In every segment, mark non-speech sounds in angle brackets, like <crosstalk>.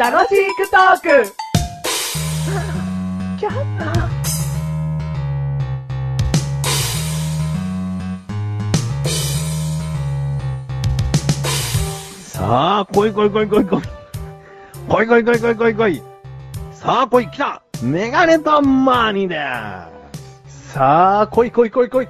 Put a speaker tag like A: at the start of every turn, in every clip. A: 楽しくトーク
B: さあ、来い来い来い来い来い。来い来い来い来い来い来い。さあ、来い来たメガネとマーニーです。
C: さあ、来い来い来い来い。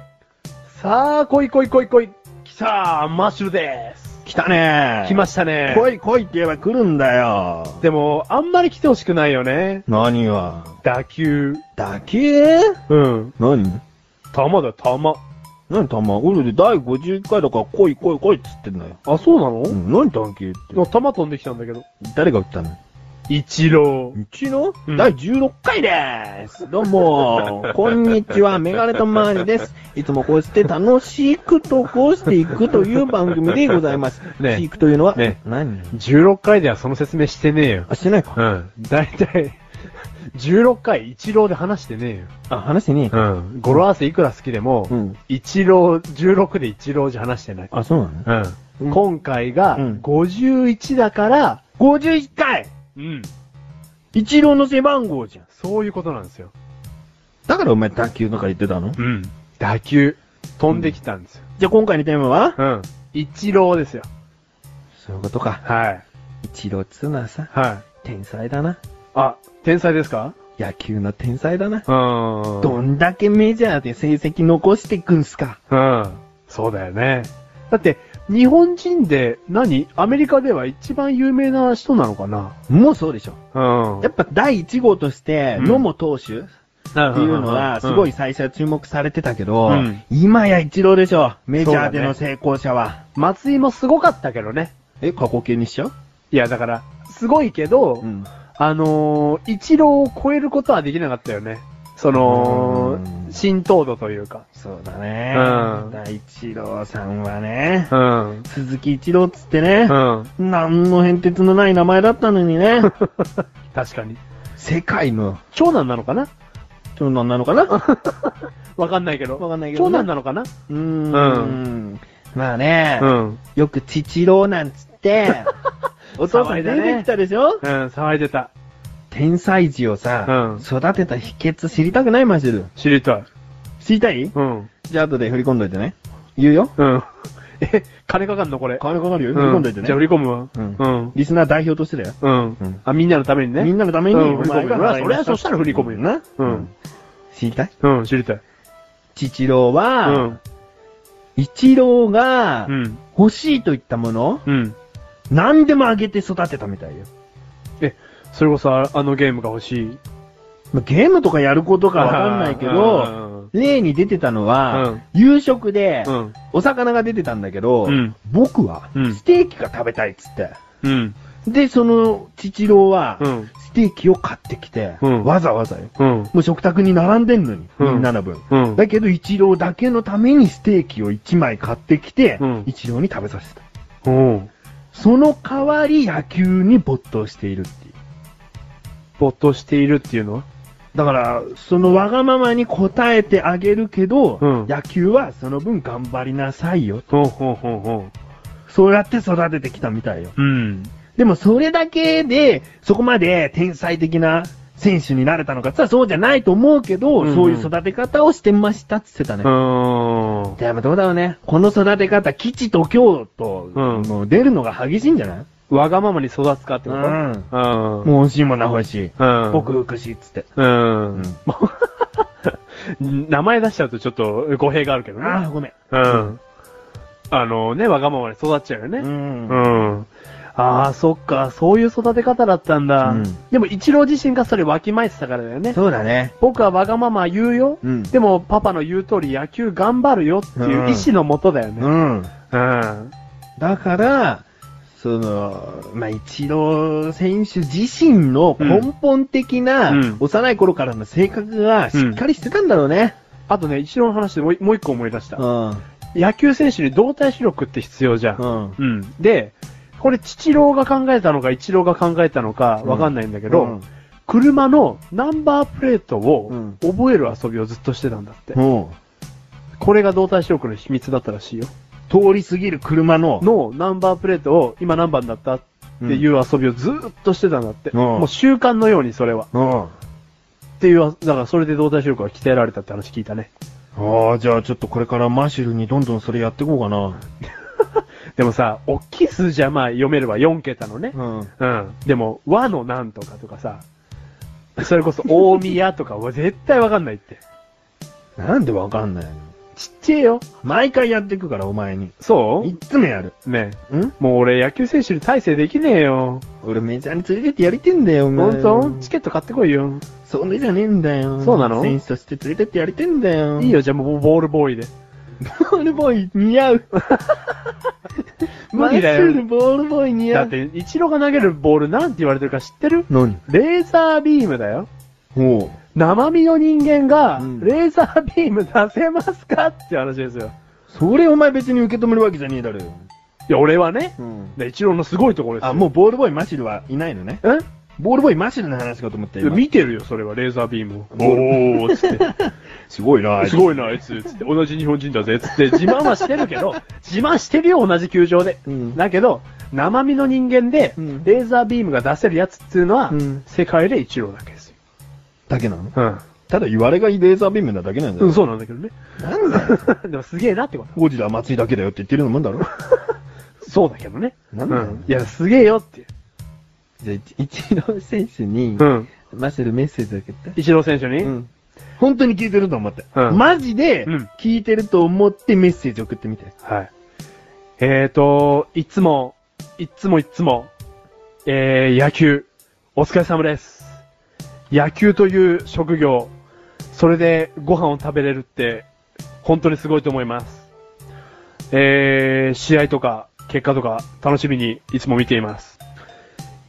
C: さあ、来い来い来い来い。来たー、マッシュルです。
B: 来たね
C: 来ましたね。
B: 来い来いって言えば来るんだよ。
C: でも、あんまり来てほしくないよね。
B: 何が
C: 打球。
B: 打球
C: うん。
B: 何
C: 球だ、球。
B: 何たま、俺で第51回だから来い来い来いっつってんだよ。
C: あ、そうなの、
B: うん、何打球って。
C: の球飛んできたんだけど。
B: 誰が打ったの
C: 一郎。
B: うちの、
C: うん
B: 第16回でーす。どう <laughs> も、こんにちは、メガネとマーニです。いつもこうして楽しくとこうしていくという番組でございます。
C: ね
B: ね、いくというのは、
C: ね
B: 何
C: 16回ではその説明してねえよ。
B: あ、してないか。
C: うん。だいた <laughs> い、16回一郎で話してねえよ。
B: あ、話してねえか。
C: ん。語呂合わせいくら好きでも、
B: うん
C: 一郎、16で一郎じゃ話してない。
B: あ、そうなの
C: うん。今回が
B: うん
C: 51だから、
B: ?51 回
C: うん。
B: 一郎の背番号じゃん。
C: そういうことなんですよ。
B: だからお前卓球とか言ってたの
C: うん。打球、飛んできたんですよ。
B: じゃあ今回のテーマは
C: うん。一郎ですよ。
B: そういうことか。
C: はい。
B: 一郎っつうのはさ、
C: はい。
B: 天才だな。
C: あ、天才ですか
B: 野球の天才だな。
C: うーん
B: どんだけメジャーで成績残していくんすか
C: うん。そうだよね。だって、日本人で何、アメリカでは一番有名な人なのかな
B: もうそうでしょ。
C: うん
B: やっぱ第1号として、
C: うん
B: 野茂投手っていうのは、すごい、最初は注目されてたけど、
C: うん
B: 今や一郎でしょ。メジャ
C: そ
B: ーで
C: うだね
B: の成功者は。
C: 松井もすごかったけどね。
B: え、過去形にしちゃう
C: いや、だから、すごいけど、
B: ん。
C: あのー、一郎を超えることはできなかったよね。その
B: う、ん
C: 浸透度というか。
B: そうだね。
C: うん
B: 第一郎さんはね、
C: うん。
B: 鈴木一郎っつってね、
C: うん。
B: 何の変哲のない名前だったのにね、
C: 確かに。
B: <laughs> 世界の
C: 長男なのかな
B: 長男なのかなわ
C: わかんないけど。
B: かんないけど
C: 長
B: ね。
C: 男なのかな
B: うーん。まあね、
C: ん。
B: よく父郎なんつ <laughs> って、お父さん出てきたでしょ、
C: うん、騒いでた。
B: 天才児をさ、
C: うん
B: 育てた秘訣知りたくないマジル。
C: 知りたい。
B: 知りたい
C: うん。
B: じゃあ後で振り込んどいてね。言うよ。
C: うん。 <laughs> え、金かかんのこれ。
B: 金かかるよ。振り
C: う
B: 込んどいてね。
C: じゃあ振り込むわ。
B: うん
C: うん。
B: リスナー代表としてだよ。
C: うん
B: うん。
C: あ、みんなのためにね。
B: みんなのために、
C: うん
B: お前が
C: 振り込むよ
B: 払い
C: それは
B: ま
C: そしたら振り込むよ
B: な。
C: うん。
B: 知りたい
C: うん、知りたい。
B: 父郎
C: う
B: は、
C: ん。
B: 一郎が
C: う、ん。
B: 欲しいといったもの、
C: うん。
B: 何でもあげて育てたみたいよ。
C: え、それこそああのゲームが欲しい。
B: まあゲームとかやることかわかんないけ
C: あー
B: ど、、
C: うん
B: 例に出てたの
C: う
B: は
C: ん、
B: 夕食で
C: う、ん。
B: お魚が出てたんだけど
C: うん、
B: 僕は
C: うん、
B: ステーキが食べたいっつって。
C: うん。
B: で、その、父郎は
C: う、ん。
B: ステーキを買ってきて、
C: うん
B: わざわざよ。
C: うん。
B: もう食卓に並んでんのに、
C: うん
B: みんなの分。
C: うん
B: だけど、一郎だけのためにステーキを一枚買ってきて、
C: うん
B: 一郎に食べさせ
C: う
B: た。
C: ん。
B: その代わり野球に没頭しているっていう。
C: 没頭しているっていうのは
B: だから、そのわがままに応えてあげるけど、
C: うん
B: 野球はその分頑張りなさいよ。
C: ほうほうほうほ
B: そうやって育ててきたみたいよ。
C: う。うん。
B: でもそれだけで、そこまで天才的な選手になれたのかって言ったらそうじゃないと思うけど、
C: うんうん
B: そういう育て方をしてましたって言ってたね。
C: うん。
B: でもどうだろうね。この育て方、吉と京と、
C: うん
B: もう出るのが激しいんじゃない
C: わがままに育つかってこと
B: う
C: う
B: ん
C: ん。
B: もう欲しいもんな欲しい。
C: うん。
B: 僕福祉っつって。
C: うん。
B: うん
C: もう名前出しちゃうとちょっと語弊があるけどね。
B: ああ、ごめん。
C: うん。あのね、わがままに育っちゃうよ
B: う
C: ね。
B: ん。
C: うん。ああ、そっか、そういう育て方だったんだ。
B: うん
C: でも、一郎自身がそれわきまえてたからだよね。
B: そうだね。
C: 僕はわがまま言うよ。
B: うん
C: でも、パパの言う通り野球頑張るよっていう意思のもとだよね。
B: うん。
C: うん。
B: だから、その、まあ、一郎選手自身の根本的な、
C: うん
B: 幼い頃からの性格がしっかりしてたんだろうね。
C: あとね、一郎の話でもうもう一個思い出した。
B: うん。うん。
C: 野球選手に動体視力って必要じゃん。うん。で、これ、父郎が考えたのか、一郎が考えたのか、わかんないんだけど、
B: うん
C: 車のナンバープレート
B: う
C: を
B: ん
C: 覚える遊びをずっとしてたんだって。
B: うん。
C: これが動体視力の秘密だったらしいよ。通り過ぎる車の、のナンバープレートを、今何番だったっていう遊びをずーっとしてたんだって。
B: うん
C: もう習慣のように、それは。
B: うん。
C: っていう、だからそれで動体視力が鍛えられたって話聞いたね。
B: ああ、じゃあちょっとこれからマシルにどんどんそれやっていこうかな。
C: でもさ、大きい数字はまあ読めれば4桁のね。
B: うん。
C: うん。でも、和のなんとかとかさ、それこそ大宮とかは絶対わかんないって。
B: なんでわかんないの
C: ちっちゃいよ。
B: 毎回やっていくから、お前に。
C: そ
B: いっつもやる。
C: うね
B: ん
C: えもう俺野球選手に大成できねえよ。
B: 俺メジャーに連れてってやりてんだよ、お
C: 本
B: 前。
C: 当チケット買ってこいよ。
B: そんなじゃねえんだよ。
C: そうなの
B: 選手として連れてってやりてんだよ。
C: いい。よ、じゃあもうボールボーイで。
B: ボールボーイ似合う。
C: 無理だよ
B: マッシュルボールボーイ似合
C: だ
B: う。
C: って、イチローが投げるボールなんて言われてるか知ってる
B: 何
C: レーザービームだよ。
B: おう。
C: 生身の人間が
B: うん、
C: レーザービーム出せますかって話ですよ。
B: それお前別に受け止めるわけじゃねえだろよ。
C: いや、俺はね、
B: うん。
C: イチローのすごいところですよ。
B: あ、もうボールボーイマシルはいないのね。
C: う、ん
B: ボールボーイマシルの話かと思った
C: いや
B: よ。
C: 見てるよ、それは、レーザービームを。
B: お
C: おー、つって。
B: すごいな
C: <laughs> すごいな、あいつ、つって。同じ日本人だぜ、つって。自慢はしてるけ
B: <laughs>
C: ど、自慢してるよ、同じ球場で。
B: うん
C: だけど、生身の人間で、
B: うん
C: レーザービームが出せるやつっていうのは、
B: うん
C: 世界で一郎だけですよ。
B: だけなの
C: うん。
B: ただ言われがいいレーザービームなだけなんだ
C: うん、
B: よ。
C: そうなんだけどね。
B: なんだよ。
C: <laughs> でもすげえなってこ
B: ゴジラ松井だけだよって言ってるようなもんだろ。
C: と。そうだけどね。
B: なんだよ
C: うんいや、すげえよっていう。
B: じゃあ、イチイチロー選手に、
C: うん。
B: マシルメッセージを受けて。
C: 一郎選手に、
B: ん。本当に聞いてると思って。
C: うん
B: マジで
C: うん、
B: 聞いてると思ってメッセージ送って
C: <laughs>
B: みて。
C: はい。えーと、いつも、いつもいつも、えー、野球、お疲れ様です。野球という職業、それでご飯を食べれるって、本当にすごいと思います。えー、試合とか、結果とか、楽しみにいつも見ています。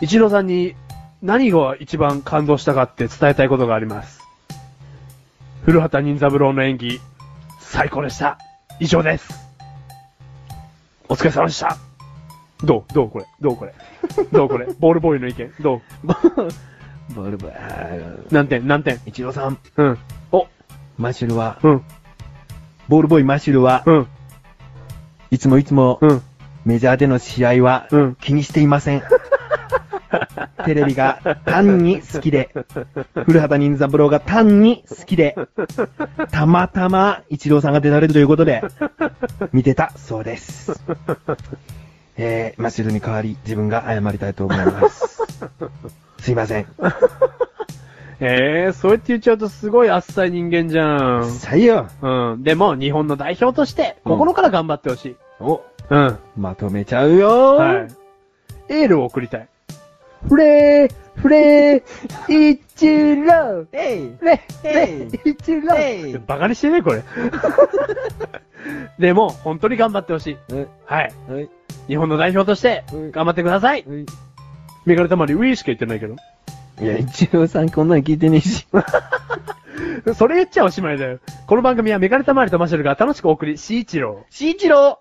C: 一郎さんに何が一番感動したかって伝えたいことがあります。古畑任三郎の演技、最高でした。以上です。お疲れ様でした。どうどうこれどうこれど <laughs> うこれボールボーイの意見どう
B: ボールボーイ。
C: 何点何点
B: イチローさん、
C: うん。お、
B: マシルは、
C: うん、
B: ボールボーイマシルは、
C: うん、
B: いつもいつも、
C: うん。
B: メジャーでの試合は
C: うん
B: 気にしていませ
C: <laughs>
B: ん。テレビが単に好きで、古畑任三郎が単に好きで、たまたま一郎さんが出られるということで、見てたそうです。えー、マシルに代わり自分が謝りたいと思います。すいません。
C: えー、そうやって言っちゃうとすごいあっさい人間じゃ
B: さいよ。
C: ん。うん。でも、日本の代表として、心から頑張ってほしい。
B: お、
C: うん。
B: まとめちゃうよ、
C: はい。エールを送りたい。フレー、フレ <laughs> ー、イチロー、
B: えい
C: フレー、
B: えい
C: イチロ
B: えい
C: ー。バカにしてね、こ <laughs> れ。でも、本当に頑張ってほしい。はい。
B: はい。
C: 日本の代表として
B: うん、
C: 頑張ってください。メガネたまりウィーしか言ってないけど。
B: いや、一郎さんこんなの聞いてねえ
C: <laughs>
B: し。
C: それ言っちゃおしまいだよ。この番組はメガネたまりとマシュルが楽しくお送り、シーチロー。
B: し一郎